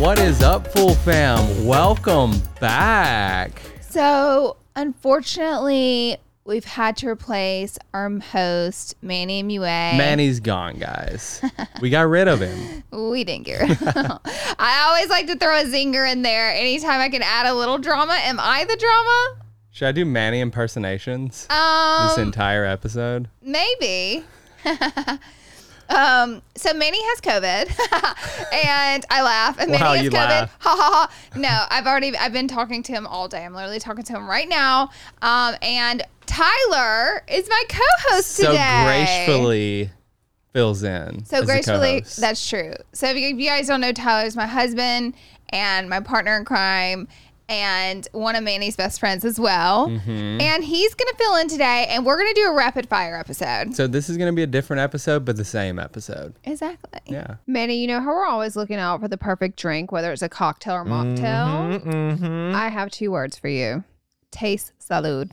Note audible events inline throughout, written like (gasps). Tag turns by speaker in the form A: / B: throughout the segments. A: What is up, Full Fam? Welcome back.
B: So, unfortunately, we've had to replace our host, Manny Mue.
A: Manny's gone, guys. We got rid of him.
B: We didn't get rid of him. I always like to throw a zinger in there anytime I can add a little drama. Am I the drama?
A: Should I do Manny impersonations
B: Um,
A: this entire episode?
B: Maybe. (laughs) um, so Manny has COVID, (laughs) and I laugh. And Manny
A: Wow,
B: has
A: you
B: COVID.
A: laugh.
B: Ha ha ha! No, I've already I've been talking to him all day. I'm literally talking to him right now. Um, and Tyler is my co-host
A: So
B: today.
A: gracefully fills in.
B: So
A: as the
B: gracefully,
A: co-host.
B: that's true. So if you, if you guys don't know, Tyler's my husband and my partner in crime, and one of Manny's best friends as well.
A: Mm-hmm.
B: And he's gonna fill in today, and we're gonna do a rapid fire episode.
A: So this is going to be a different episode, but the same episode.
B: Exactly.
A: Yeah.
C: Manny, you know how we're always looking out for the perfect drink, whether it's a cocktail or mocktail? I have two words for you. Taste salud.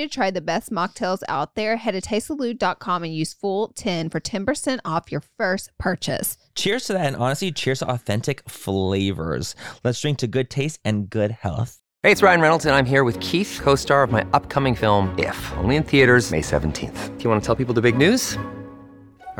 C: try the best mocktails out there, head to tastesalud.com and use full 10 for 10% off your first purchase.
D: Cheers to that, and honestly, cheers to authentic flavors. Let's drink to good taste and good health.
E: Hey, it's Ryan Reynolds, and I'm here with Keith, co star of my upcoming film, If, only in theaters, May 17th. Do you want to tell people the big news?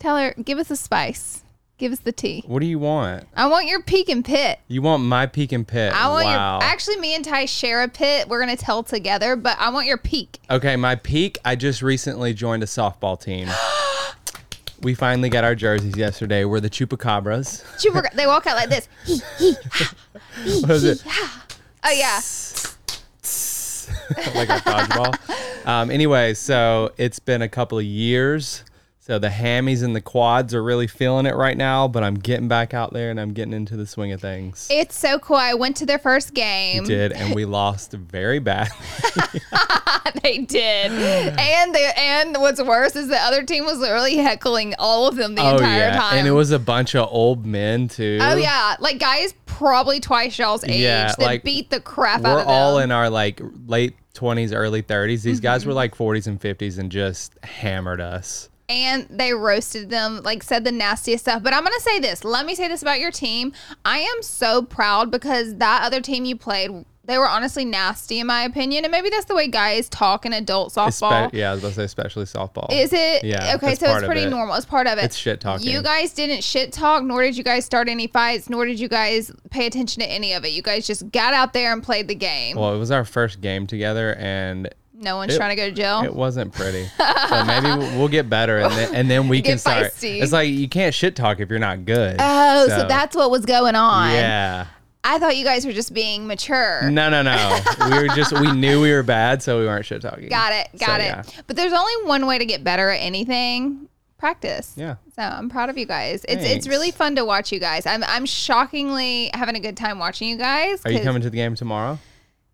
B: Tyler, give us a spice. Give us the tea.
A: What do you want?
B: I want your peak and pit.
A: You want my peak and pit.
B: I want
A: wow.
B: your. Actually, me and Ty share a pit. We're gonna tell together, but I want your peak.
A: Okay, my peak. I just recently joined a softball
B: (gasps)
A: team. we finally got our jerseys yesterday. We're the Chupacabras. (laughs)
B: Chupacabra- they walk out like this. Hee, hee, ha, hee,
A: What is
B: hee,
A: it?
B: ha. Oh yeah.
A: like a dodgeball. um, anyway, so it's been a couple of years. So the hammies and the quads are really feeling it right now, but I'm getting back out there and I'm getting into the swing of things.
B: It's so cool. I went to their first game.
A: Did and we lost very bad.
B: (laughs)
A: (gasps)
B: They did. And the and what's worse is the other team was literally heckling all of them the entire time.
A: Oh, and it was a bunch of old men too.
B: Oh yeah, like guys probably twice y'all's age
A: Yeah,
B: that
A: like,
B: beat the crap out
A: we're
B: of them.
A: all in our like late 20s, early 30s. These guys were
B: Mm-hmm.
A: like 40s and 50s and just hammered us.
B: and they roasted them, like said the nastiest stuff. But I'm gonna say this. Let me say this about your team. I am so proud because that other team you played, they were honestly nasty in my opinion, and maybe that's the way guys talk in adult softball.
A: Espe- yeah, I was about to say especially softball.
B: Is it?
A: Yeah,
B: Okay,
A: that's
B: so
A: part
B: it's
A: of
B: pretty
A: it.
B: normal. It's part of it.
A: It's shit talking.
B: You guys didn't shit talk, nor did you guys start any fights, nor did you guys pay attention to any of it. You guys just got out there and played the game.
A: Well, it was our first game together and
B: no one's
A: it-
B: trying to go to jail.
A: It wasn't
B: (laughs)
A: pretty. so maybe we'll we'll get better, and then, and then we
B: Get
A: can start.
B: feisty.
A: It's like you can't shit talk if you're not good.
B: oh, so. that's what was going on.
A: yeah.
B: I thought you guys were just being mature.
A: No, no, no. we were just we knew we were bad, so we weren't shit talking.
B: Got it. Got it. But there's only one way to get better at anything. Practice.
A: Yeah.
B: So I'm proud of you guys. It's
A: Thanks.
B: it's really fun to watch you guys. I'm I'm shockingly having a good time watching you guys.
A: Are you
B: 'cause-
A: coming to the game tomorrow?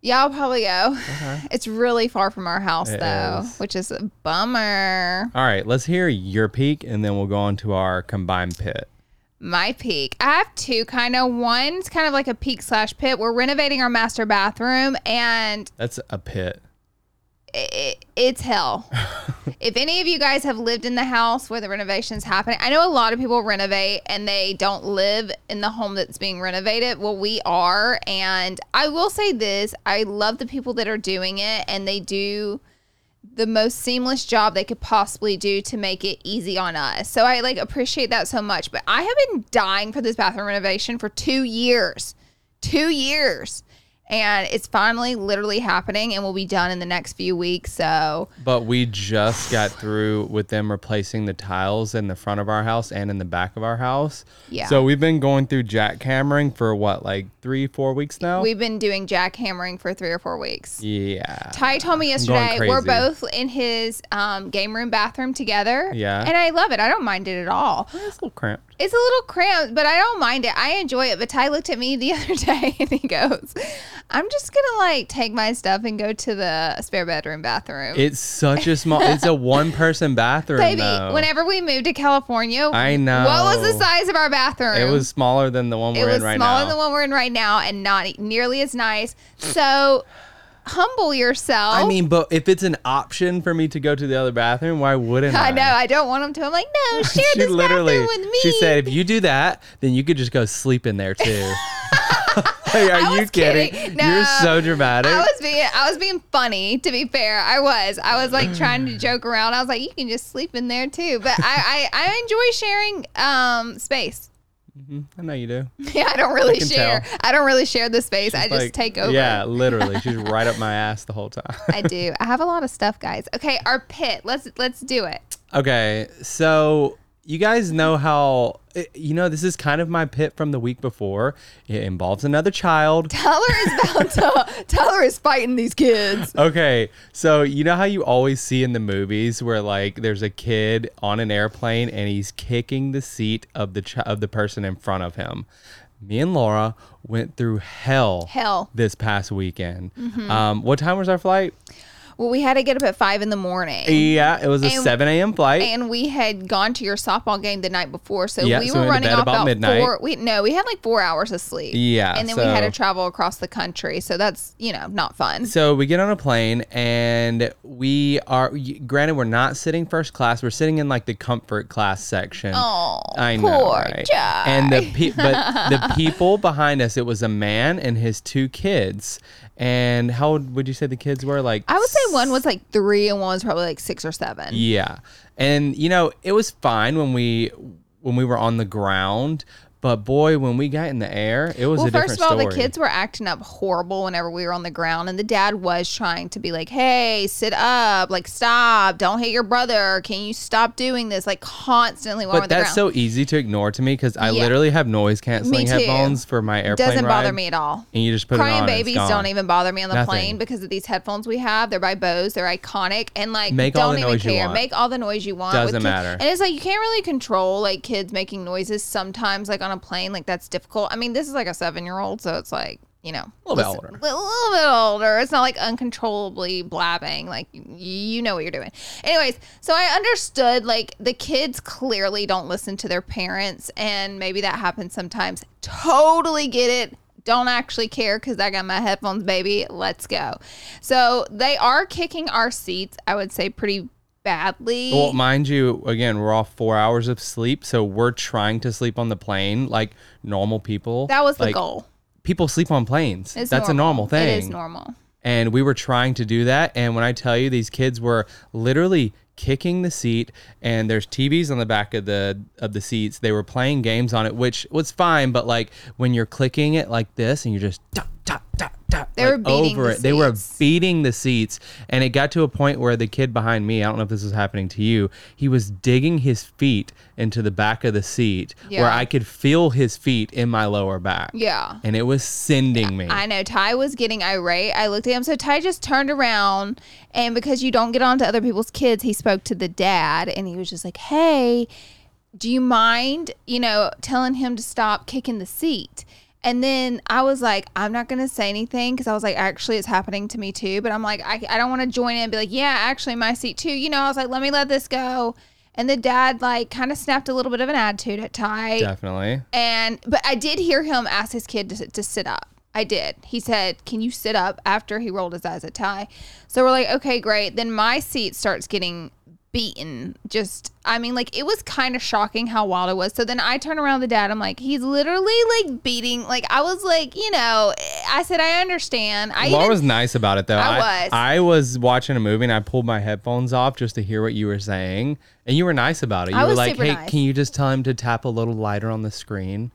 B: Yeah, I'll probably go. (laughs) It's really far from our house
A: It
B: though,
A: is.
B: which is a bummer.
A: All right, let's hear your peak, and then we'll go on to our combined pit.
B: My peak. I have two kind of. One's kind of like a peak slash pit. We're renovating our master bathroom and
A: That's a pit.
B: it, it's hell. if any of you guys have lived in the house where the renovation's happening, I know a lot of people renovate and they don't live in the home that's being renovated. Well, we are. And I will say this I love the people that are doing it and they do the most seamless job they could possibly do to make it easy on us. So I like appreciate that so much. But I have been dying for this bathroom renovation for two years. Two years. And it's finally literally happening and will be done in the next few weeks. So
A: But we just got through with them replacing the tiles in the front of our house and in the back of our house.
B: Yeah.
A: So we've been going through jackhammering for what, like three, four weeks now?
B: we've been doing jackhammering for three or four weeks.
A: yeah.
B: Ty told me
A: going
B: yesterday we're
A: crazy.
B: both in his um, game room bathroom together.
A: Yeah.
B: And I love it. I don't mind it at all.
A: It's a little cramped.
B: It's a little cramped, but I don't mind it. I enjoy it. But Ty looked at me the (laughs) other day and he goes, I'm just going to like take my stuff and go to the spare bedroom bathroom.
A: It's such a small. it's
B: (laughs)
A: a one-person bathroom.
B: Baby,
A: though.
B: whenever we moved to California,
A: I know.
B: What was the size of our bathroom?
A: it was smaller than the one
B: It
A: we're
B: was
A: in right
B: smaller
A: now.
B: than the one we're in right now and not e, nearly as nice. So humble yourself.
A: I mean, but if it's an option for me to go to the other bathroom, why wouldn't I?
B: (laughs) I know. I don't want him to. I'm like,
A: (laughs)
B: no,
A: she
B: share (laughs) this
A: literally
B: bathroom with me.
A: she said if you do that then you could just go sleep in there
B: (laughs)
A: too Like, are you
B: was
A: kidding,
B: kidding.
A: you're
B: No.
A: so dramatic
B: I was being I was being funny to be fair. I was. I was like
A: (clears throat)
B: trying to joke around. I was like, you can just sleep in there too. But I I, I enjoy sharing um space. (laughs)
A: i know you do
B: Yeah, I don't really
A: can
B: share.
A: tell.
B: I don't really share the space. I just
A: Like,
B: take over.
A: yeah literally she's right up my ass the whole time (laughs)
B: I do. I have a lot of stuff, guys. Okay, our pit. Let's let's do it.
A: okay so you guys know how eh, you know this is kind of my pit from the week before it involves another child
B: Tyler
A: (laughs)
B: is about to Tyler is fighting these kids.
A: Okay, so you know how you always see in the movies where like there's a kid on an airplane and he's kicking the seat of the ch- of the person in front of him. Me and Laura went through hell,
B: Hell.
A: this past weekend. Um, what time was our flight?
B: Well, we had to get up at five in the morning.
A: Yeah, it was a
B: And-
A: seven a.m. flight.
B: and we had gone to your softball game the night before, so
A: Yeah,
B: we
A: so
B: were
A: we went to
B: running
A: bed
B: off
A: about
B: about
A: midnight.
B: four. We no, we had like four hours of sleep.
A: Yeah,
B: and then we had
A: so-
B: to travel across the country, so that's you know not fun.
A: so we get on a plane and we are y- granted we're not sitting first class we're sitting in like the comfort class section
B: Oh,
A: i know
B: poor
A: right? and the
B: (laughs)
A: pe- but the people behind us it was a man and his two kids and how old would you say the kids were like
B: I would say one was like three, and one was probably like six or seven.
A: yeah. And you know, it was fine when we when we were on the ground, but boy, when we got in the air, it was
B: Well,
A: a different
B: first of all,
A: story.
B: the kids were acting up horrible whenever we were on the ground, and the dad was trying to be like, "Hey, sit up! Like, stop! Don't hit your brother! Can you stop doing this?" Like, constantly while we're
A: but
B: on the
A: that's
B: ground.
A: so easy to ignore to me because I
B: Yeah.
A: literally have noise canceling
B: too.
A: headphones for my airplane
B: doesn't bother
A: ride,
B: me at all.
A: And you just put it
B: Crying
A: on. and it's
B: babies
A: gone.
B: don't even bother me on the
A: Nothing.
B: plane because of these headphones we have. They're by Bose. They're iconic and like
A: Make
B: don't
A: all the
B: even
A: noise you
B: care.
A: want.
B: Make all the noise you want.
A: Doesn't
B: kids.
A: matter.
B: And it's like you can't really control like kids making noises sometimes like on a plane. Like that's difficult. I mean, this is like a seven year old, so it's like you know
A: A little bit older.
B: listen- li- little bit older. It's not like uncontrollably blabbing. Like y- you know what you're doing. Anyways, so I understood like the kids clearly don't listen to their parents, and maybe that happens sometimes. Totally get it. Don't actually care because I got my headphones, baby. Let's go. So they are kicking our seats. I would say pretty badly.
A: Well, mind you, again, we're off four hours of sleep, so we're trying to sleep on the plane like normal people.
B: that was the
A: Like,
B: goal.
A: People sleep on planes.
B: It's
A: That's a normal thing.
B: It is normal.
A: And we were trying to do that. And when I tell you, these kids were literally kicking the seat and there's TVs on the back of the of the seats. They were playing games on it, which was fine, but like when you're clicking it like this and you're just dot, dot, dot, tap,
B: They were beating
A: over
B: the
A: it. They were
B: seats.
A: beating the seats, and it got to a point where the kid behind me, I don't know if this was happening to you, he was digging his feet into the back of the seat where
B: Yeah.
A: I could feel his feet in my lower back.
B: Yeah.
A: And it was sending me.
B: I know Ty was getting irate. I looked at him. So Ty just turned around, and because you don't get on to other people's kids, he spoke to the dad, and he was just like, "Hey, do you mind, you know, telling him to stop kicking the seat?" And then I was like, I'm not gonna say anything because I was like, actually, it's happening to me too. But I'm like, I, I don't want to join in and be like, yeah, actually, my seat too. You know, I was like, let me let this go. And the dad like kind of snapped a little bit of an attitude at Ty.
A: Definitely.
B: And but I did hear him ask his kid to, to sit up. I did. He said, "Can you sit up?" After he rolled his eyes at Ty. So we're like, "Okay, great." Then my seat starts getting beaten. Just, I mean, like it was kind of shocking how wild it was. So then I turn around to the dad. I'm like, "He's literally like beating." Like I was like, you know, I said, "I understand." I
A: Laura
B: even-
A: was nice about it though.
B: I was.
A: I was watching a movie and I pulled my headphones off just to hear what you were saying, and you were nice about it. You
B: I
A: were
B: was
A: like,
B: super
A: "Hey,
B: nice.
A: can you just tell him to tap a little lighter on the screen?"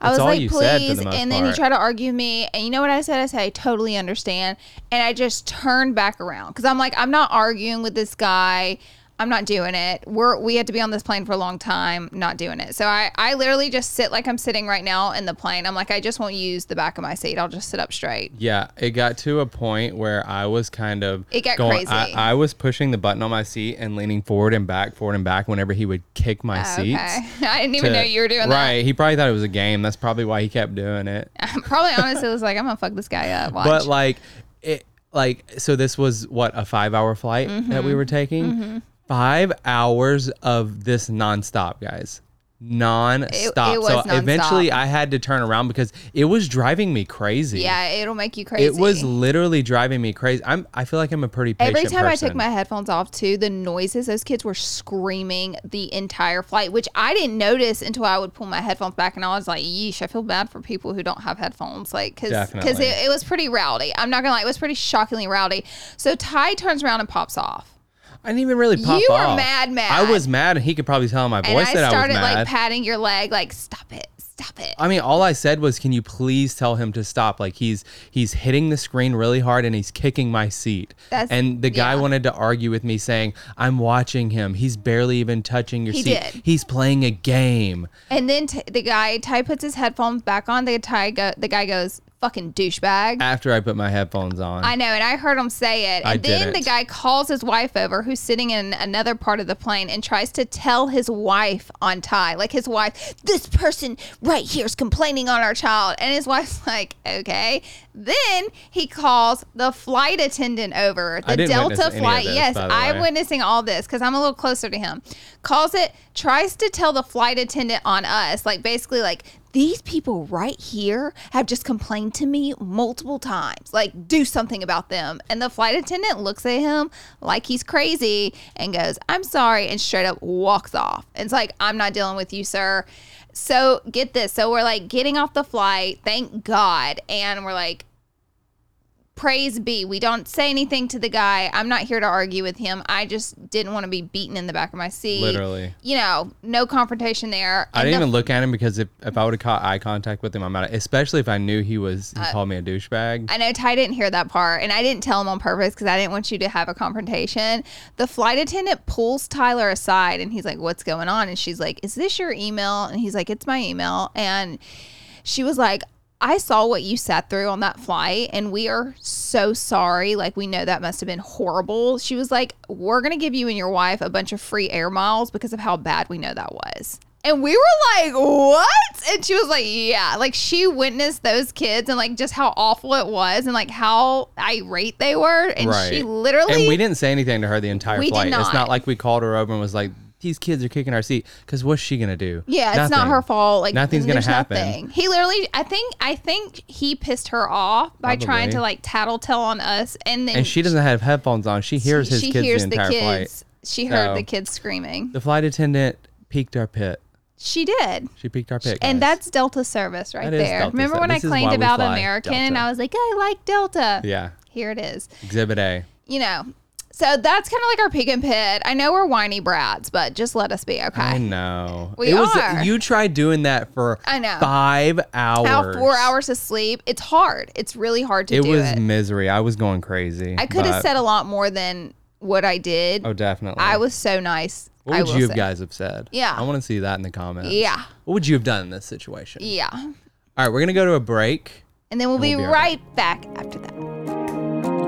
B: I was
A: all
B: like,
A: you said for
B: please.
A: the most
B: and then he
A: part.
B: tried to argue with me. And you know what I said? I said, I totally understand. And I just turned back around because I'm like, I'm not arguing with this guy. I'm not doing it. We're we had to be on this plane for a long time, not doing it. So I, I literally just sit like I'm sitting right now in the plane. I'm like, I just won't use the back of my seat. I'll just sit up straight.
A: Yeah, it got to a point where I was kind of
B: It got crazy.
A: I, I was pushing the button on my seat and leaning forward and back, forward and back whenever he would kick my
B: Oh, Okay. (laughs)
A: seats.
B: I didn't even
A: to-
B: know you were doing
A: right. He probably thought it was a game. That's probably why he kept doing it.
B: that. (laughs) Probably honestly was like, I'm gonna fuck this guy up. Watch.
A: But like it like so this was what a 5-hour flight that
B: Mm-hmm.
A: we were taking. 5 hours of this nonstop, guys. Non-stop.
B: it
A: so
B: was nonstop.
A: eventually I had to turn around because it was driving me crazy.
B: yeah, it'll make you crazy.
A: It was literally driving me crazy. I'm I feel like I'm a pretty patient
B: Every time I
A: person.
B: took my headphones off, too, the noises, those kids were screaming the entire flight, which I didn't notice until I would pull my headphones back and I was like, yeesh, I feel bad for people who don't have headphones. Like, because
A: Definitely.
B: it, it was pretty rowdy. I'm not going to lie, it was pretty shockingly rowdy. So Ty turns around and pops off.
A: I didn't even really pop
B: You were
A: off.
B: mad, mad.
A: I was mad and he could probably tell in my
B: And
A: voice
B: I
A: that I was
B: started
A: mad.
B: like patting your leg, like, stop it, stop it.
A: I mean, all I said was, "Can you please tell him to stop?" Like he's he's hitting the screen really hard and he's kicking my seat.
B: That's-
A: and the guy
B: yeah.
A: wanted to argue with me, saying, "I'm watching him. He's barely even touching your
B: He
A: seat.
B: did.
A: He's playing a game."
B: And then t- the guy, Ty puts his headphones back on. The, Ty go- the guy goes, fucking douchebag.
A: After I put my headphones on,
B: I know, and I heard him say it. And
A: I
B: then
A: didn't.
B: the guy calls his wife over, who's sitting in another part of the plane, and tries to tell his wife on Ty, like his wife, this person right here is complaining on our child. And his wife's (laughs) like, okay. Then he calls the flight attendant over, the
A: I didn't witness
B: Delta
A: any of
B: flight.
A: this,
B: yes,
A: by the
B: I'm
A: way.
B: witnessing all this because I'm a little closer to him. Calls it, tries to tell the flight attendant on us, like basically, like, these people right here have just complained to me multiple times. Like, do something about them. And the flight attendant looks at him like he's crazy and goes, I'm sorry, and straight up walks off. It's like, I'm not dealing with you, sir. So, get this. So, we're like getting off the flight, thank God. And we're like, praise be. We don't say anything to the guy. I'm not here to argue with him. I just didn't want to be beaten in the back of my seat.
A: Literally.
B: You know, no confrontation there.
A: I
B: And
A: didn't
B: the-
A: even look at him because if, if I would have caught eye contact with him, I'm out. Especially if I knew he was
B: Uh,
A: he called me a douchebag.
B: I know Ty didn't hear that part, and I didn't tell him on purpose because I didn't want you to have a confrontation. The flight attendant pulls Tyler aside, and he's like, "What's going on?" And she's like, "Is this your email?" And he's like, "It's my email." And she was like, "I saw what you sat through on that flight, and we are so sorry. Like, we know that must have been horrible." She was like, "We're gonna give you and your wife a bunch of free air miles because of how bad we know that was." And we were like, what? And she was like, yeah. Like, she witnessed those kids and, like, just how awful it was and, like, how irate they were. And
A: right.
B: she literally.
A: and we didn't say anything to her the entire
B: We did
A: flight. It's
B: not.
A: not like we called her over and was like, "These kids are kicking our seat." Because what's she gonna do?
B: Yeah, it's not
A: Nothing.
B: her fault. Like
A: nothing's gonna
B: there's
A: happen.
B: nothing. He literally, I think, I think he pissed her off by trying
A: Probably.
B: to like tattletale on us, and then
A: And she doesn't have headphones on. She hears his
B: she
A: kids
B: hears
A: the entire flight.
B: kids. She heard
A: So-
B: the kids screaming.
A: The flight attendant peeked our pit.
B: She did.
A: She peeked our pit.
B: And
A: guys.
B: that's Delta service right
A: That is
B: there.
A: Delta
B: Remember
A: ser-
B: when I
A: this is why
B: claimed
A: we
B: about
A: fly
B: American
A: Delta.
B: and I was like, I like Delta.
A: yeah,
B: Here it is.
A: Exhibit A.
B: You know. So that's kind of like our peek and pit. I know we're whiny brats, but just let us be okay.
A: I know.
B: We
A: it was
B: are.
A: you tried doing that for
B: I know.
A: five hours.
B: Now four hours of sleep. It's hard. It's really hard to
A: It
B: do
A: was
B: it.
A: misery. I was going crazy.
B: I could have
A: but-
B: said a lot more than what I did.
A: Oh, definitely.
B: I was so nice.
A: What
B: I
A: would
B: will
A: you
B: say.
A: have guys have said?
B: Yeah.
A: I want to see that in the comments.
B: Yeah.
A: What would you have done in this situation?
B: Yeah.
A: All right, we're gonna go to a break.
B: And then we'll, be,
A: be right
B: right back after that.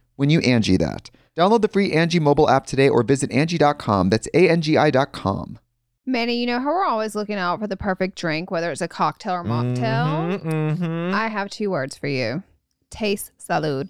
F: when you Angie that. Download the free Angie mobile app today or visit Angie.com. That's A-N-G-I dot com.
C: Manny, you know how we're always looking out for the perfect drink, whether it's a cocktail or mocktail?
D: Mm-hmm.
C: I have two words for you. Taste salud.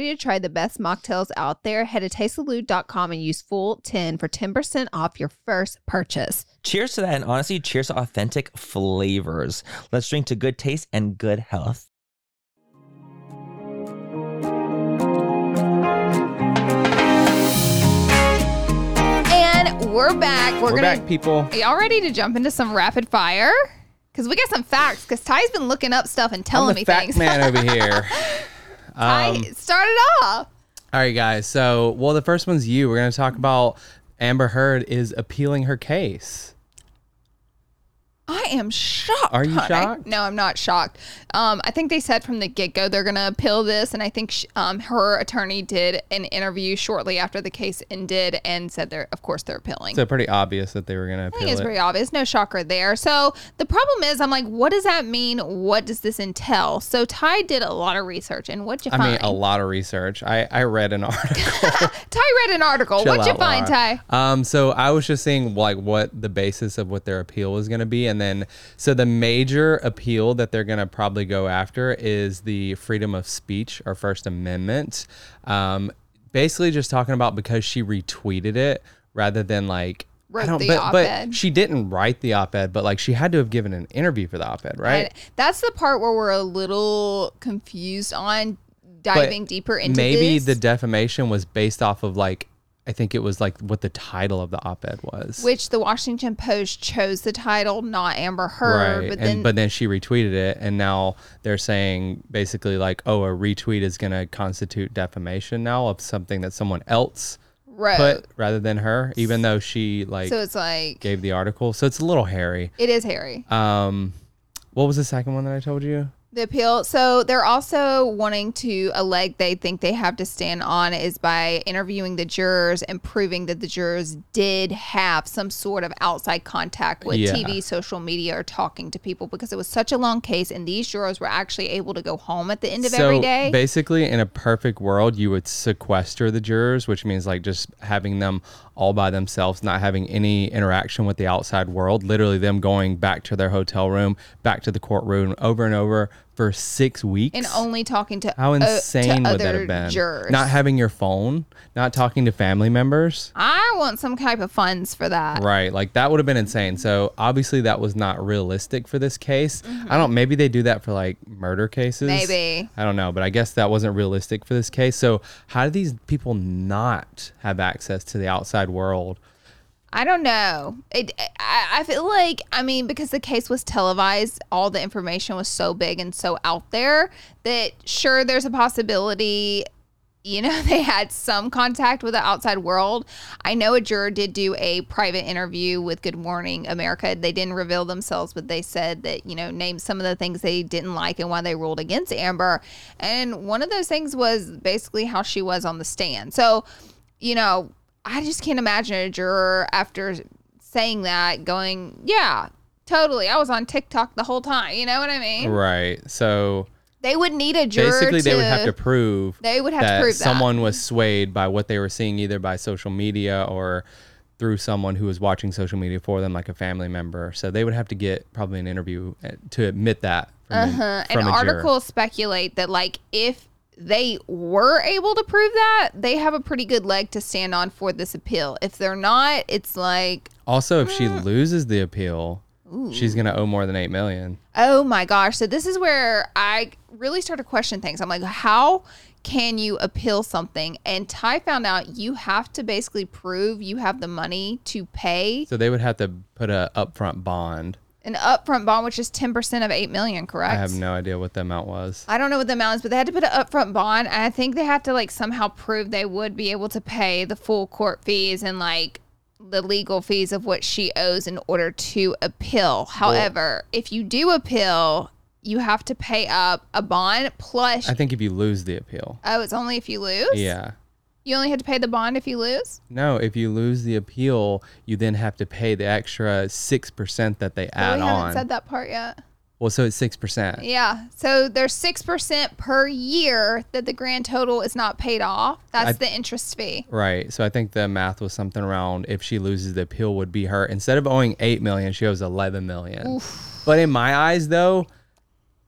C: to try the best mocktails out there, head to tastesalud.com and use full 10 for 10% off your first purchase.
D: Cheers to that, and honestly, cheers to authentic flavors. Let's drink to good taste and good health.
B: And we're back. We're,
A: We're,
B: gonna.
A: back, people.
B: Are y'all ready to jump into some rapid fire? Because we got some facts. Because Ty's been looking up stuff and telling
A: I'm the
B: me
A: fat
B: things.
A: man
B: (laughs)
A: over here.
B: Ty,
A: Um,
B: start it off.
A: all right, guys. So, well, the first one's you. We're gonna talk about Amber Heard is appealing her case.
B: I am shocked.
A: Are you
B: honey.
A: shocked?
B: No, I'm not shocked. Um, I think they said from the get go they're going to appeal this, and I think sh- um, her attorney did an interview shortly after the case ended and said they're, of course, they're appealing.
A: So pretty obvious that they were gonna
B: I
A: appeal
B: think it's
A: it.
B: pretty obvious. No shocker there. So the problem is, I'm like, what does that mean? What does this entail? So Ty did a lot of research, and what'd you
A: I mean,
B: find?
A: a lot of research. I I read an (laughs) article.
B: Ty read an article.
A: Chill
B: what'd you
A: out,
B: find,
A: Laura.
B: Ty?
A: Um, so I was just seeing like what the basis of what their appeal was going to be, and then so the major appeal that they're going to probably go after is the freedom of speech or First Amendment. Um, basically, just talking about because she retweeted it rather than like. I
B: Wrote
A: don't,
B: the
A: but, but
B: op-ed.
A: she didn't write the op-ed, but like she had to have given an interview for the op-ed, right?
B: And that's the part where we're a little confused on
A: But
B: diving deeper into
A: maybe
B: this.
A: the defamation was based off of like I think it was like what the title of the op-ed was.
B: Which the Washington Post chose the title, not Amber Heard.
A: right.
B: But
A: and
B: then
A: but then she retweeted it and now they're saying basically like, oh, a retweet is gonna constitute defamation now of something that someone else
B: wrote.
A: put rather than her, even though she like
B: so it's like
A: gave the article. So it's a little hairy.
B: it is hairy.
A: Um what was the second one that I told you?
B: The appeal. So they're also wanting to a leg they think they have to stand on is by interviewing the jurors and proving that the jurors did have some sort of outside contact with
A: Yeah.
B: TV, social media, or talking to people because it was such a long case and these jurors were actually able to go home at the end of every day.
A: Basically, in a perfect world, you would sequester the jurors, which means like just having them all by themselves, not having any interaction with the outside world, literally them going back to their hotel room, back to the courtroom over and over for six weeks.
B: and only talking to
A: How
B: o- uh, to
A: insane would that
B: other
A: have been?
B: Jurors.
A: Not having your phone, not talking to family members.
B: I want some type of funds for that.
A: Right, like that would have been insane. So obviously that was not realistic for this case. I don't. Maybe they do that for like murder cases.
B: Mm-hmm. Maybe.
A: I don't know, but I guess that wasn't realistic for this case. So how do these people not have access to the outside world?
B: I don't know. It, I, I feel like, I mean, because the case was televised, all the information was so big and so out there that sure, there's a possibility, you know, (laughs) they had some contact with the outside world. I know a juror did do a private interview with Good Morning America. They didn't reveal themselves, but they said that, you know, name some of the things they didn't like and why they ruled against Amber. And one of those things was basically how she was on the stand. So, you know, I just can't imagine a juror after saying that going, yeah, totally. I was on TikTok the whole time. You know what I mean?
A: Right. So
B: They would need a juror.
A: basically,
B: to,
A: they would have to prove
B: They would have
A: that
B: to prove that.
A: someone was swayed by what they were seeing, either by social media or through someone who was watching social media for them, like a family member. So they would have to get probably an interview uh, to admit that. From an-
B: (clears throat) Uh-huh.
A: from
B: And
A: a juror.
B: articles speculate that, like, if they were able to prove that, they have a pretty good leg to stand on for this appeal. If they're not, it's like,
A: Also, if she
B: Mm.
A: loses the appeal, she's gonna owe more than eight million.
B: Oh my gosh. So this is where I really started to question things. I'm like, how can you appeal something? And Ty found out you have to basically prove you have the money to pay
A: So they would have to put a upfront bond.
B: an upfront bond, which is 10% of 8 million, correct?
A: I have no idea what the amount was.
B: I don't know what the amount is, but they had to put an upfront bond. And I think they had to like somehow prove they would be able to pay the full court fees and like the legal fees of what she owes in order to appeal. However, if you do appeal, you have to pay up a bond plus.
A: I think if you lose the appeal,
B: oh, it's only if you lose?
A: yeah.
B: You only have to pay the bond if you lose?
A: No, if you lose the appeal, you then have to pay the extra six percent that they
B: But
A: add
B: we haven't
A: on.
B: said that part yet.
A: Well, so it's six percent.
B: Yeah. So there's 6% per year that the grand total is not paid off. That's
A: I-
B: the interest fee.
A: Right. So I think the math was something around if she loses the appeal would be her instead of owing eight million, she owes eleven million. But in my eyes though,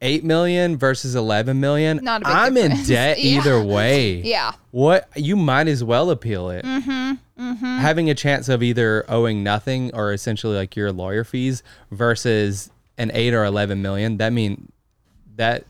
A: eight million versus eleven million,
B: Not a big
A: I'm in
B: difference.
A: debt
B: (laughs) Yeah.
A: either way.
B: Yeah.
A: What you might as well appeal it. Mm-hmm. Mm-hmm. Having a chance of either owing nothing or essentially like your lawyer fees versus an eight or eleven million, that mean that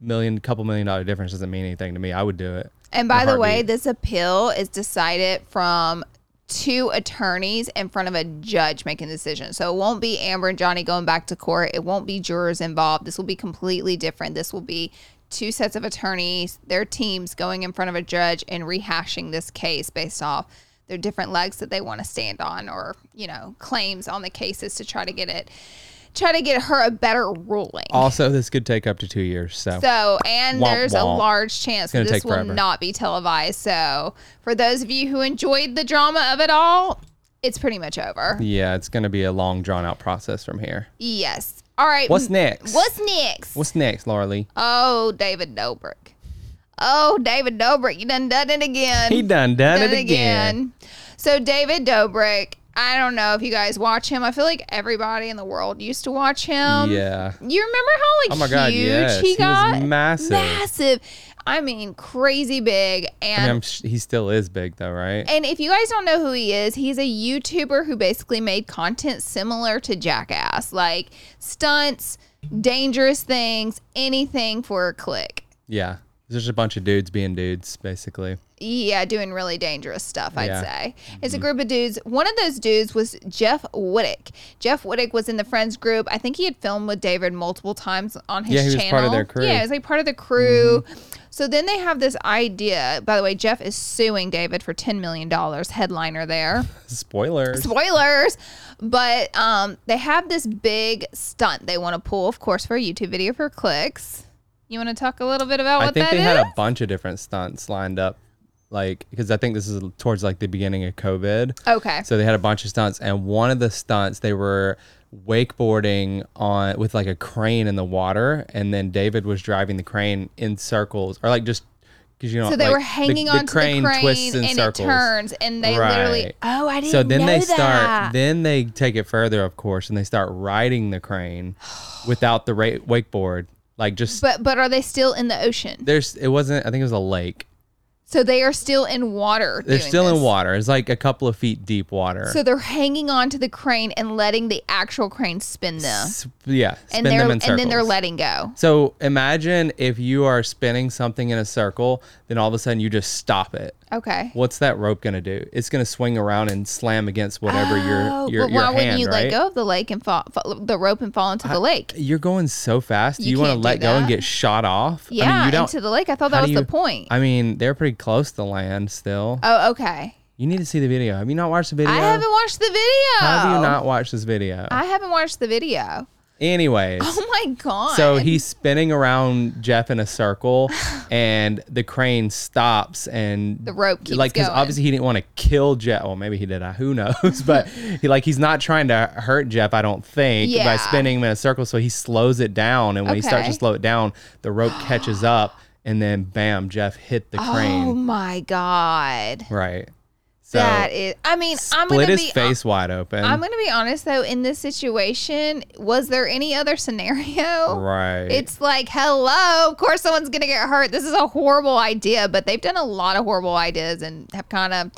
A: million couple million dollar difference doesn't mean anything to me. I would do (laughs) it.
B: And by
A: in a
B: the way,
A: heartbeat.
B: this appeal is decided from two attorneys in front of a judge making the decision. So it won't be Amber and Johnny going back to court. It won't be jurors involved. This will be completely different. This will be two sets of attorneys, their teams going in front of a judge and rehashing this case based off their different legs that they want to stand on or, you know, claims on the cases to try to get it try to get her a better ruling.
A: Also, this could take up to two years. So,
B: So, and
A: Womp
B: there's a
A: womp.
B: large chance that
A: gonna
B: this
A: take
B: will
A: forever.
B: not be televised. So, for those of you who enjoyed the drama of it all, it's pretty much over.
A: yeah, it's going to be a long, drawn out process from here.
B: Yes. All right.
A: Mm, What's Um,
B: m-
A: next?
B: What's next?
A: What's next, Laura Lee?
B: oh, David Dobrik. Oh, David Dobrik, you done done it again.
A: He done done, it again.
B: So David Dobrik, I don't know if you guys watch him. I feel like everybody in the world used to watch him.
A: yeah.
B: You remember how like
A: Oh my God,
B: huge
A: yes. Um,
B: he
A: He was
B: got?
A: massive.
B: Massive. I mean, crazy big.
A: I mean,
B: And
A: I'm sh- he still is big though, right?
B: and if you guys don't know who he is, he's a YouTuber who basically made content similar to Jackass, like stunts, dangerous things, anything for a click.
A: yeah. There's a bunch of dudes being dudes, basically.
B: yeah, doing really dangerous stuff, I'd
A: Yeah. Mm-hmm.
B: say. It's a group of dudes. One of those dudes was Jeff Whittick. Jeff Whittick was in the Friends group. I think he had filmed with David multiple times on his
A: Yeah, he was
B: channel.
A: part of their crew. Mm-hmm.
B: Yeah, he was like part of the crew. So then they have this idea. By the way, Jeff is suing David for $10 million, headliner there.
A: (laughs) Spoilers.
B: Spoilers. But um, they have this big stunt they want to pull, of course, for a YouTube video for clicks. You want to talk a little bit about
A: I
B: what
A: think
B: that
A: they
B: is?
A: had a bunch of different stunts lined up, like because I think this is towards like the beginning of COVID.
B: Okay.
A: So they had a bunch of stunts, and one of the stunts they were wakeboarding on with like a crane in the water, and then David was driving the crane in circles, or like just because you know.
B: So they
A: like,
B: were hanging on to the crane and it turns and they literally
A: Right.
B: oh I didn't
A: So then
B: know
A: they
B: that.
A: start. Then they take it further, of course, and they start riding the
B: (sighs)
A: crane without the ra- wakeboard, like just
B: but but are they still in the ocean?
A: there's it wasn't i think it was a lake
B: So they are still in water.
A: they're
B: doing
A: still in
B: this.
A: water it's like a couple of feet deep water
B: So they're hanging on to the crane and letting the actual crane spin them.
A: S- yeah spin
B: And they're
A: them in
B: and then they're
A: circles.
B: letting go.
A: so imagine if you are spinning something in a circle then all of a sudden you just stop it
B: Okay.
A: what's that rope gonna do it's gonna swing around and slam against whatever
B: Oh,
A: your your,
B: but
A: your
B: why
A: hand
B: wouldn't you
A: right
B: let go of the lake and fall, fall the rope and fall into the lake?
A: you're going so fast
B: You
A: you, want to
B: can't do
A: let go and
B: that.
A: get shot off
B: Yeah,
A: i mean you don't
B: into the lake. I thought that
A: how
B: was
A: do
B: the
A: you-
B: point.
A: i mean they're pretty close to land still
B: oh, okay.
A: you need to see the video have you not watched the video
B: I haven't watched the video.
A: how have you not watched this video
B: I haven't watched the video. (laughs)
A: anyways
B: Oh my god.
A: So he's spinning around Jeff in a circle, (laughs) and the crane stops, and
B: The rope keeps
A: like
B: going.
A: obviously he didn't want to kill Jeff. Well, maybe he did. uh, Who knows? (laughs) But he like he's not trying to hurt Jeff. I don't think
B: Yeah.
A: by spinning him in a circle. So he slows it down, and when he starts to
B: Okay.
A: slow it down, the rope catches up, and then bam, Jeff hit the
B: Oh
A: crane.
B: my god.
A: Right. So
B: that is I mean, I'm
A: split
B: gonna
A: his
B: be uh,
A: face wide open.
B: I'm gonna be honest though, in this situation, was there any other scenario?
A: right.
B: It's like, hello, of course someone's gonna get hurt. This is a horrible idea, but they've done a lot of horrible ideas and have kind of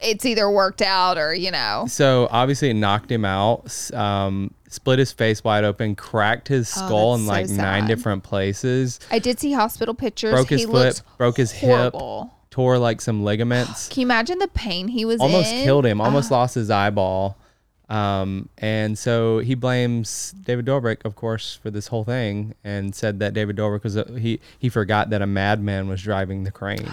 B: it's either worked out or, you know.
A: So obviously it knocked him out, s- um, split his face wide open, cracked his skull
B: Oh, that's
A: in
B: so
A: like nine
B: sad.
A: different places,
B: I did see hospital pictures.
A: broke his
B: he
A: foot,
B: looked
A: broke his
B: horrible.
A: hip, tore like some ligaments,
B: Can you imagine the pain he Ah. was
A: almost
B: in?
A: killed him, almost lost his eyeball. Um, and so he blames David Dobrik, of course, for this whole thing, and said that David Dobrik was a, he he forgot that a madman was driving the
B: (gasps)
A: crane.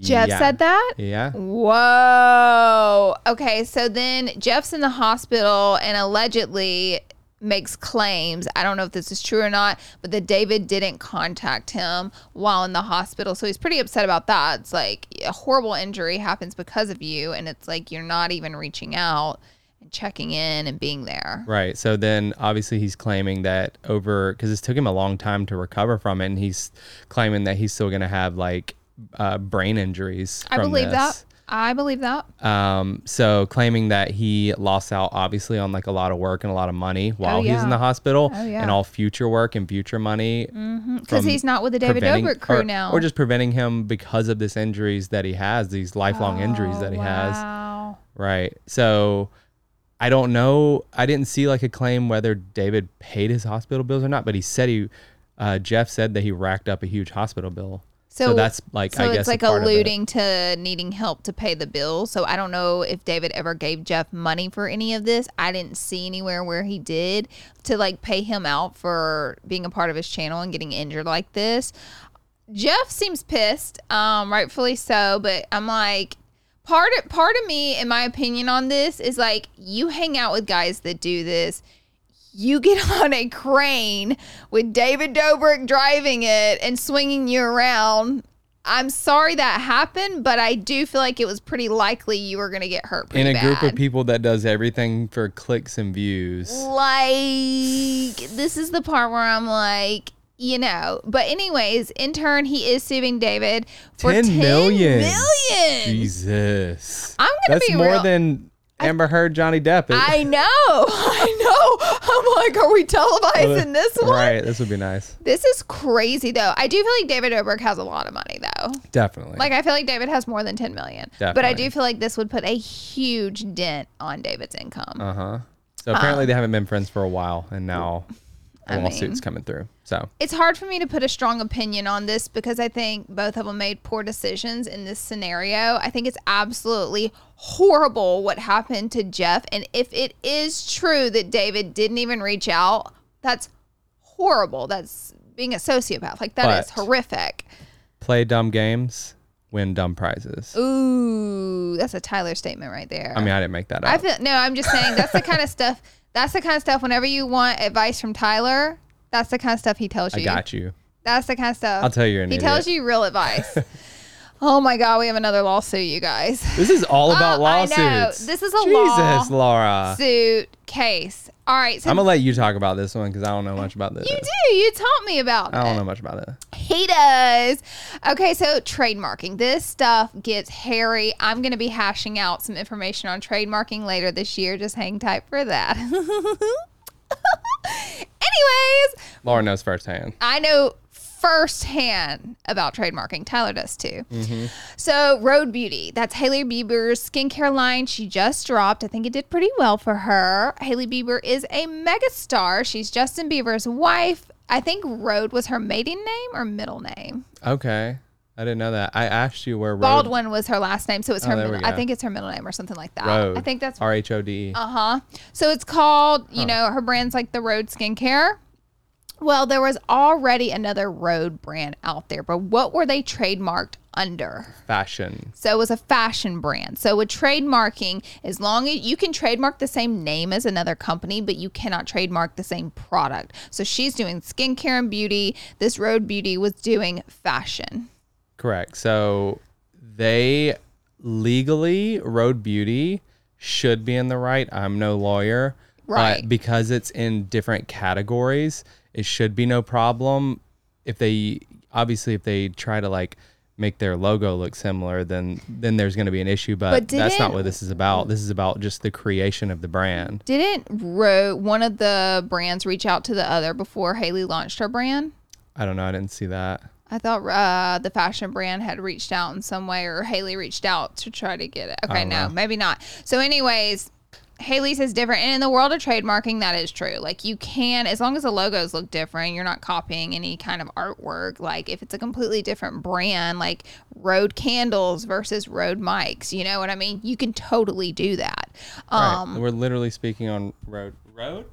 B: Jeff
A: Yeah.
B: said that?
A: Yeah.
B: Whoa. Okay, so then Jeff's in the hospital and allegedly makes claims. I don't know if this is true or not, but that David didn't contact him while in the hospital. So he's pretty upset about that. It's like a horrible injury happens because of you, and it's like you're not even reaching out and checking in and being there.
A: Right. So then obviously he's claiming that over because it took him a long time to recover from it, and he's claiming that he's still going to have like uh, brain injuries.
B: I
A: from
B: believe
A: this.
B: that. I believe that.
A: Um, so claiming that he lost out obviously on like a lot of work and a lot of money while he's in
B: Oh, yeah. Oh,
A: the hospital,
B: yeah.
A: and all future work and future money
B: Because
A: from
B: he's not with the David
A: preventing-
B: Dobrik crew
A: or,
B: now.
A: or just preventing him because of this injuries that he has, these lifelong injuries that he has.
B: Oh, Wow.
A: Right. So I don't know. I didn't see like a claim whether David paid his hospital bills or not, but he said he, uh, Jeff said that he racked up a huge hospital bill. So, that's like,
B: so
A: I guess,
B: it's
A: a
B: like
A: part of it.
B: alluding to needing help to pay the bill. So I don't know if David ever gave Jeff money for any of this. I didn't see anywhere where he did to like pay him out for being a part of his channel and getting injured like this. Jeff seems pissed, um, rightfully so. But I'm like, part of, part of me, in my opinion on this, is like you hang out with guys that do this. You get (laughs) on a crane with David Dobrik driving it and swinging you around. I'm sorry that happened, but I do feel like it was pretty likely you were going to get hurt
A: In
B: pretty
A: a group
B: bad.
A: of people that does everything for clicks and views.
B: Like, this is the part where I'm like, you know. But anyways, in turn, he is suing David for
A: 10
B: 10
A: million.
B: million.
A: Jesus.
B: I'm gonna
A: That's
B: be
A: more
B: real.
A: than Amber Heard, Johnny (laughs) Depp. It-
B: I know. I know. I'm like, are we televising this one?
A: Uh, Right. This would be nice.
B: This is crazy though. I do feel like David Oberg has a lot of money though.
A: Definitely.
B: Like I feel like David has more than 10 million. But I
A: Definitely.
B: do feel like this would put a huge dent on David's income.
A: Uh-huh. uh huh. So apparently they haven't been friends for a while, and now
B: I
A: lawsuits
B: mean-
A: coming through. So
B: It's hard for me to put a strong opinion on this because I think both of them made poor decisions in this scenario. I think it's absolutely horrible what happened to Jeff. And if it is true that David didn't even reach out, that's horrible. That's being a sociopath. Like, that is
A: But-
B: horrific.
A: play dumb games, win dumb prizes.
B: Ooh, that's a Tyler statement right there.
A: I mean, I didn't make that up.
B: I feel no. I'm just saying that's the kind of stuff. That's the kind of stuff. Whenever you want advice from Tyler, that's the kind of stuff he tells you.
A: I got you.
B: That's the kind of stuff.
A: I'll tell you.
B: He
A: An
B: tells you real advice.
A: (laughs)
B: oh my god, we have another lawsuit, you guys.
A: This is all about
B: Oh, I know.
A: lawsuits.
B: This is a
A: Jesus,
B: law.
A: Laura.
B: Suit case. All right, so
A: I'm gonna let you talk about this one because I don't know much about this.
B: you do. You taught me about.
A: I
B: this.
A: don't know much about it.
B: He does. Okay, so trademarking. This stuff gets hairy. I'm going to be hashing out some information on trademarking later this year. Just hang tight for that. (laughs) Anyways,
A: Laura knows firsthand.
B: I know firsthand about trademarking. Tyler does too.
A: Mm-hmm.
B: So, Road Beauty, that's Haley Bieber's skincare line. She just dropped. I think it did pretty well for her. Haley Bieber is a megastar. She's Justin Bieber's wife. I think Road was her maiden name or middle name.
A: Okay, I didn't know that. I asked you where Road- Oh,
B: Baldwin was her last name, so it's her.
A: there we
B: Middle, I
A: go.
B: think it's her middle name or something like that.
A: Road.
B: I think that's
A: R H O D E.
B: uh huh. So it's called, you know, her brand's like the Road Skincare. Well, there was already another Road brand out there, but what were they trademarked under?
A: Fashion.
B: So it was a fashion brand. So with trademarking, as long as you can trademark the same name as another company, but you cannot trademark the same product. So she's doing skincare and beauty. This Road Beauty was doing fashion.
A: Correct. So they legally Road Beauty should be in the right. I'm no lawyer.
B: Right.
A: But because it's in different categories, it should be no problem. If they obviously if they try to like make their logo look similar, then then there's going to be an issue. But,
B: But
A: that's not
B: didn't-
A: what this is about. This is about just the creation of the brand.
B: Didn't Ro one of the brands reach out to the other before Haley launched her brand?
A: I don't know. I didn't see that.
B: I thought uh, the fashion brand had reached out in some way, or Haley reached out to try to get it. Okay, no, maybe not. So, anyways, Haley's is different, and in the world of trademarking, that is true. Like you can, as long as the logos look different, you're not copying any kind of artwork. Like if it's a completely different brand, like Road Candles versus Road Mics, you know what I mean? You can totally do that.
A: Right.
B: Um,
A: We're literally speaking on road. Road?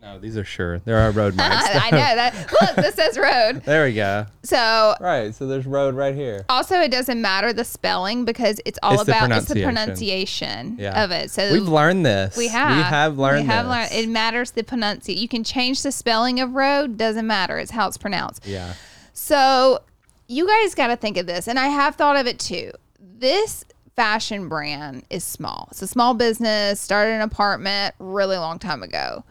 A: No, these are sure. There are road
B: (laughs)
A: mics.
B: I know that. Look, this says Road.
A: there we go.
B: So
A: Right. So there's road right here.
B: Also, it doesn't matter the spelling because it's all
A: It's the
B: about it's the
A: pronunciation.
B: pronunciation of it. So
A: We've learned this.
B: Oh, we have
A: We have learned.
B: we have
A: this.
B: learned it matters the pronunciation. You can change the spelling of road, doesn't matter. It's how it's pronounced.
A: Yeah.
B: So you guys got to think of this, and I have thought of it too. This fashion brand is small. It's a small business, started an apartment really long time ago.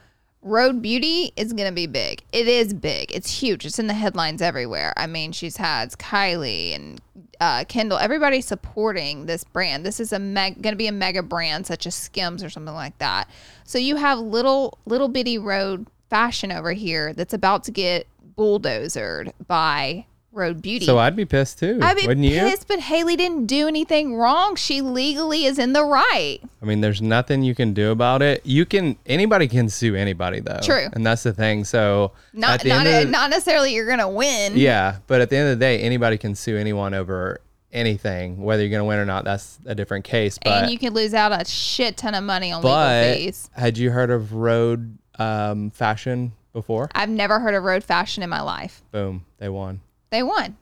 B: Road Beauty is going to be big. It is big. It's huge. It's in the headlines everywhere. I mean, she's had Kylie and uh, Kendall, everybody supporting this brand. This is a meg- going to be a mega brand such as Skims or something like that. So you have little little bitty road fashion over here that's about to get bulldozered by Road Beauty.
A: So I'd be pissed too.
B: I'd be
A: wouldn't you?
B: pissed, but Haley didn't do anything wrong. She legally is in the right.
A: I mean, there's nothing you can do about it. You can. Anybody can sue anybody, though.
B: True.
A: And that's the thing. So at
B: Not
A: the end
B: not a,
A: of the-
B: not necessarily you're gonna win.
A: Yeah, but at the end of the day, anybody can sue anyone over anything, whether you're going to win or not. That's a different case. But
B: and you can lose out a shit ton of money on legal
A: but
B: fees.
A: had you heard of road um, fashion before?
B: I've never heard of road fashion in my life.
A: Boom, they won.
B: They won.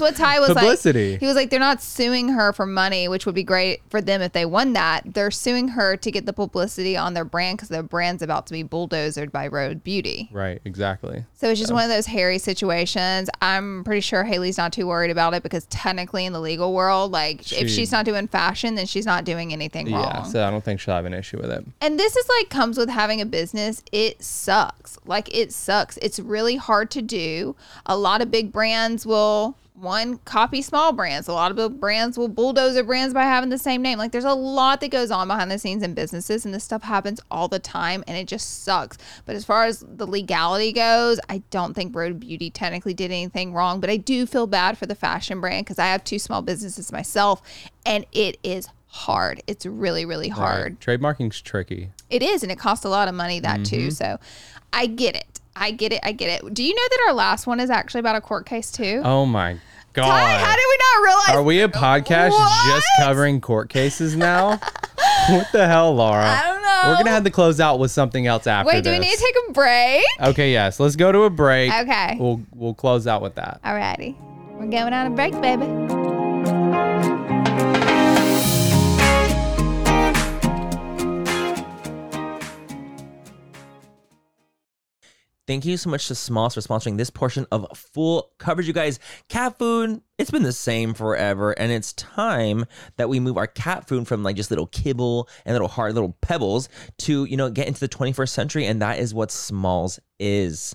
A: (laughs)
B: what Ty was
A: Publicity.
B: like. He was like, they're not suing her for money, which would be great for them if they won that. They're suing her to get the publicity on their brand because their brand's about to be bulldozered by Road Beauty.
A: Right, exactly.
B: So it's just one of those hairy situations. I'm pretty sure Haley's not too worried about it because technically in the legal world, like
A: She-
B: if she's not doing fashion, then she's not doing anything wrong.
A: Yeah, so I don't think she'll have an issue with it.
B: And this is like comes with having a business. It sucks. Like it sucks. It's really hard to do. A lot of big brands will one copy small brands. A lot of big brands will bulldoze their brands by having the same name. Like there's a lot that goes on behind the scenes in businesses and this stuff happens all the time and it just sucks. But as far as the legality goes, I don't think Road Beauty technically did anything wrong, but I do feel bad for the fashion brand cuz I have two small businesses myself and it is hard. It's really really hard.
A: Right. Trademarking's tricky. Mm-hmm.
B: It is, and it costs a lot of money that too. So I get it. I get it. I get it. Do you know that our last one is actually about a court case too?
A: Oh my god.
B: Ty, how did we not realize?
A: Are we a podcast just covering court cases
B: (laughs)
A: now? what the hell, Laura?
B: I don't know.
A: We're gonna have to close out with something else after
B: Wait, do we
A: this.
B: need to take a break?
A: Okay, yes. Let's go to a break.
B: Okay.
A: We'll we'll close out with that.
B: Alrighty, we're going on a break, baby.
D: Thank you so much to Smalls for sponsoring this portion of full coverage, you guys. Cat food, it's been the same forever, and it's time that we move our cat food from like just little kibble and little hard little pebbles to, you know, get into the 21st century, and that is what Smalls is.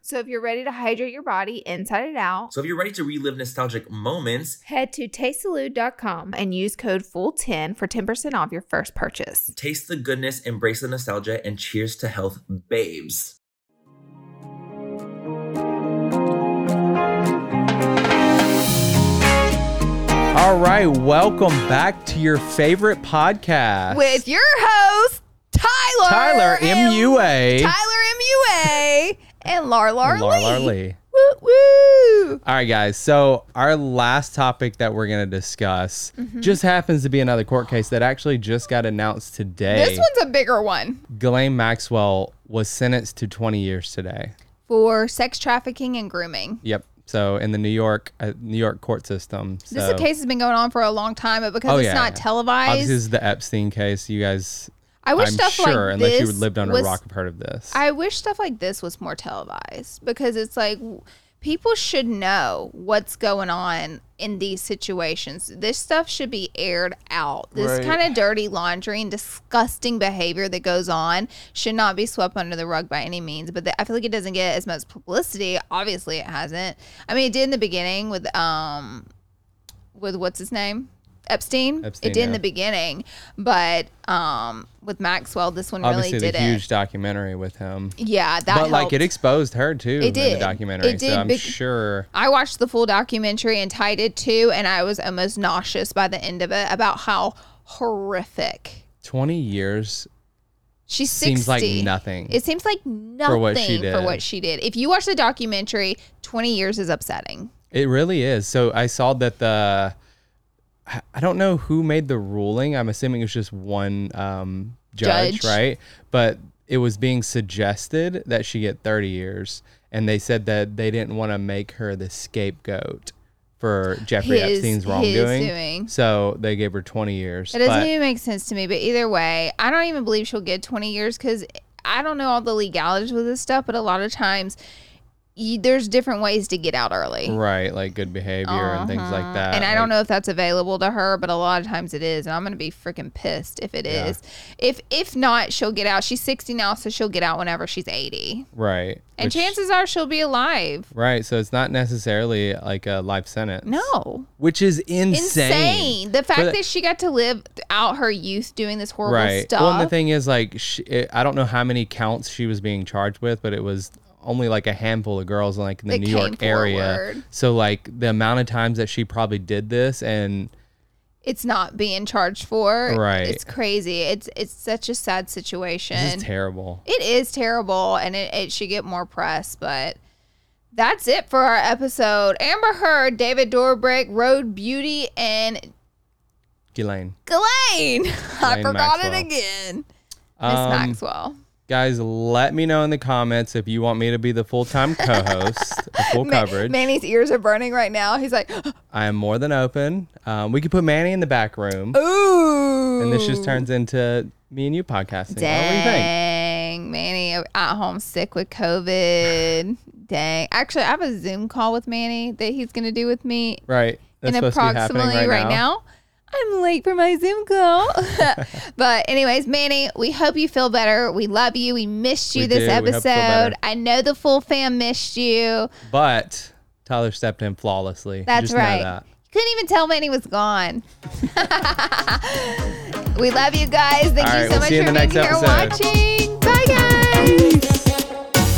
C: So if you're ready to hydrate your body inside and out,
D: So if you're ready to relive nostalgic moments,
C: head to tastesalud.com and use code FULL10 for 10% off your first purchase.
D: taste the goodness, embrace the nostalgia, and cheers to health, babes.
A: All right, welcome back to your favorite podcast.
B: with your host Tyler
A: Tyler
B: and-
A: MUA.
C: (laughs)
B: Tyler MUA and Lar Lar
A: And Lar
B: Lee.
A: Lar Lee.
B: Woo woo.
A: All right, guys. So our last topic that we're gonna discuss
B: Mm-hmm.
A: just happens to be another court case that actually just got announced today.
B: This one's a bigger one
A: Ghislaine Maxwell was sentenced to 20 years today.
B: for sex trafficking and grooming.
A: Yep. So in the New York uh, New York court system.
B: This
A: So-
B: case has been going on for a long time, but because
A: Oh,
B: it's
A: yeah,
B: not
A: yeah. Obviously,
B: televised,
A: this is the Epstein case. You guys,
B: I wish
A: I'm
B: stuff
A: sure,
B: like
A: unless
B: this
A: you lived under
B: was,
A: a rock, have heard of this.
B: I wish stuff like this was more televised because it's like w- people should know what's going on in these situations. This stuff should be aired out. This kind of dirty laundry and disgusting behavior that goes on should not be swept under the rug by any means. But the, I feel like it doesn't get as much publicity. Obviously, it hasn't. I mean, it did in the beginning with um with what's his name. Epstein.
A: Epstein,
B: it did in
A: yeah.
B: the beginning, but um, with Maxwell, this one
A: Obviously,
B: really did
A: the
B: it.
A: huge documentary with him.
B: Yeah, that
A: but like it
B: helped.
A: exposed her too in
B: did.
A: the documentary.
B: It
A: so
B: did
A: I'm
B: bec-
A: sure.
B: I watched the full documentary and tied it too, and I was almost nauseous by the end of it about how horrific.
A: 20 years
B: She's 60.
A: Seems like nothing.
B: It seems like nothing
A: what she
B: for
A: did.
B: what she did. If you watch the documentary, 20 years is upsetting.
A: It really is. So I saw that the I- I don't know who made the ruling. I'm assuming it was just one um, judge,
B: Judge.
A: right? But it was being suggested that she get 30 years, and they said that they didn't want to make her the scapegoat for Jeffrey
B: His-
A: Epstein's
B: his
A: wrongdoing.
B: doing.
A: So they gave her 20 years.
B: It doesn't
A: But-
B: even make sense to me. But either way, I don't even believe she'll get 20 years because I don't know all the legalities with this stuff. But a lot of times, you, there's different ways to get out early.
A: right, like good behavior and things like that.
B: Uh-huh. And I don't
A: like-
B: know if that's available to her, but a lot of times it is, and I'm gonna be freaking pissed if it is. If if not, she'll get out. She's 60 now, so she'll get out whenever she's 80,
A: Right.
B: and
A: which-
B: chances are she'll be alive.
A: Right, so it's not necessarily like a life sentence.
B: No,
A: Which is insane.
B: insane. The fact
A: But-
B: that she got to live out her youth doing this horrible
A: right.
B: stuff.
A: Well, and the thing is, like, she, it, I don't know how many counts she was being charged with, but it was only like a handful of girls, like in the
B: That
A: New York
B: came
A: area.
B: forward.
A: So, like, the amount of times that she probably did this, and
B: it's not being charged for.
A: Right.
B: It's crazy. It's it's such a sad situation.
A: this is terrible.
B: it is terrible and it, it should get more press, but that's it for our episode. Amber Heard, David Dorbrick, Road Beauty, and
A: Ghislaine.
B: Ghislaine. (laughs) I
A: Ghislaine
B: forgot
A: Maxwell.
B: it again. Miss
A: Um,
B: Maxwell.
A: Guys, let me know in the comments if you want me to be the full
B: (laughs)
A: time co host, full
B: Ma-
A: coverage.
B: Manny's ears are burning right now. He's like, (gasps)
A: I am more than open. Um, we could put Manny in the back room,
B: ooh.
A: and oh, this just turns into me and you podcasting. What do you think?
B: Dang, Manny at home sick with
A: (sighs)
B: COVID. Dang. Actually, I have a Zoom call with Manny that he's going to do with me
A: Right. That's
B: and
A: supposed to be happening
B: approximately
A: right, now.
B: I'm late for my Zoom
A: (laughs)
B: call. (laughs) but anyways, Manny, we hope you feel better. We love you. We missed you
A: We
B: this
A: do. We hope you feel
B: episode.
A: better.
B: I know the full fam missed you.
A: But Tyler stepped in flawlessly.
B: That's
A: Just
B: right.
A: Know that.
B: You couldn't even tell Manny
C: (laughs)
B: was gone. we love you guys. Thank
A: All right,
B: you so
A: we'll
B: much
A: see you
B: for
A: in the
B: being
A: next
B: here
A: episode.
B: watching. Bye guys.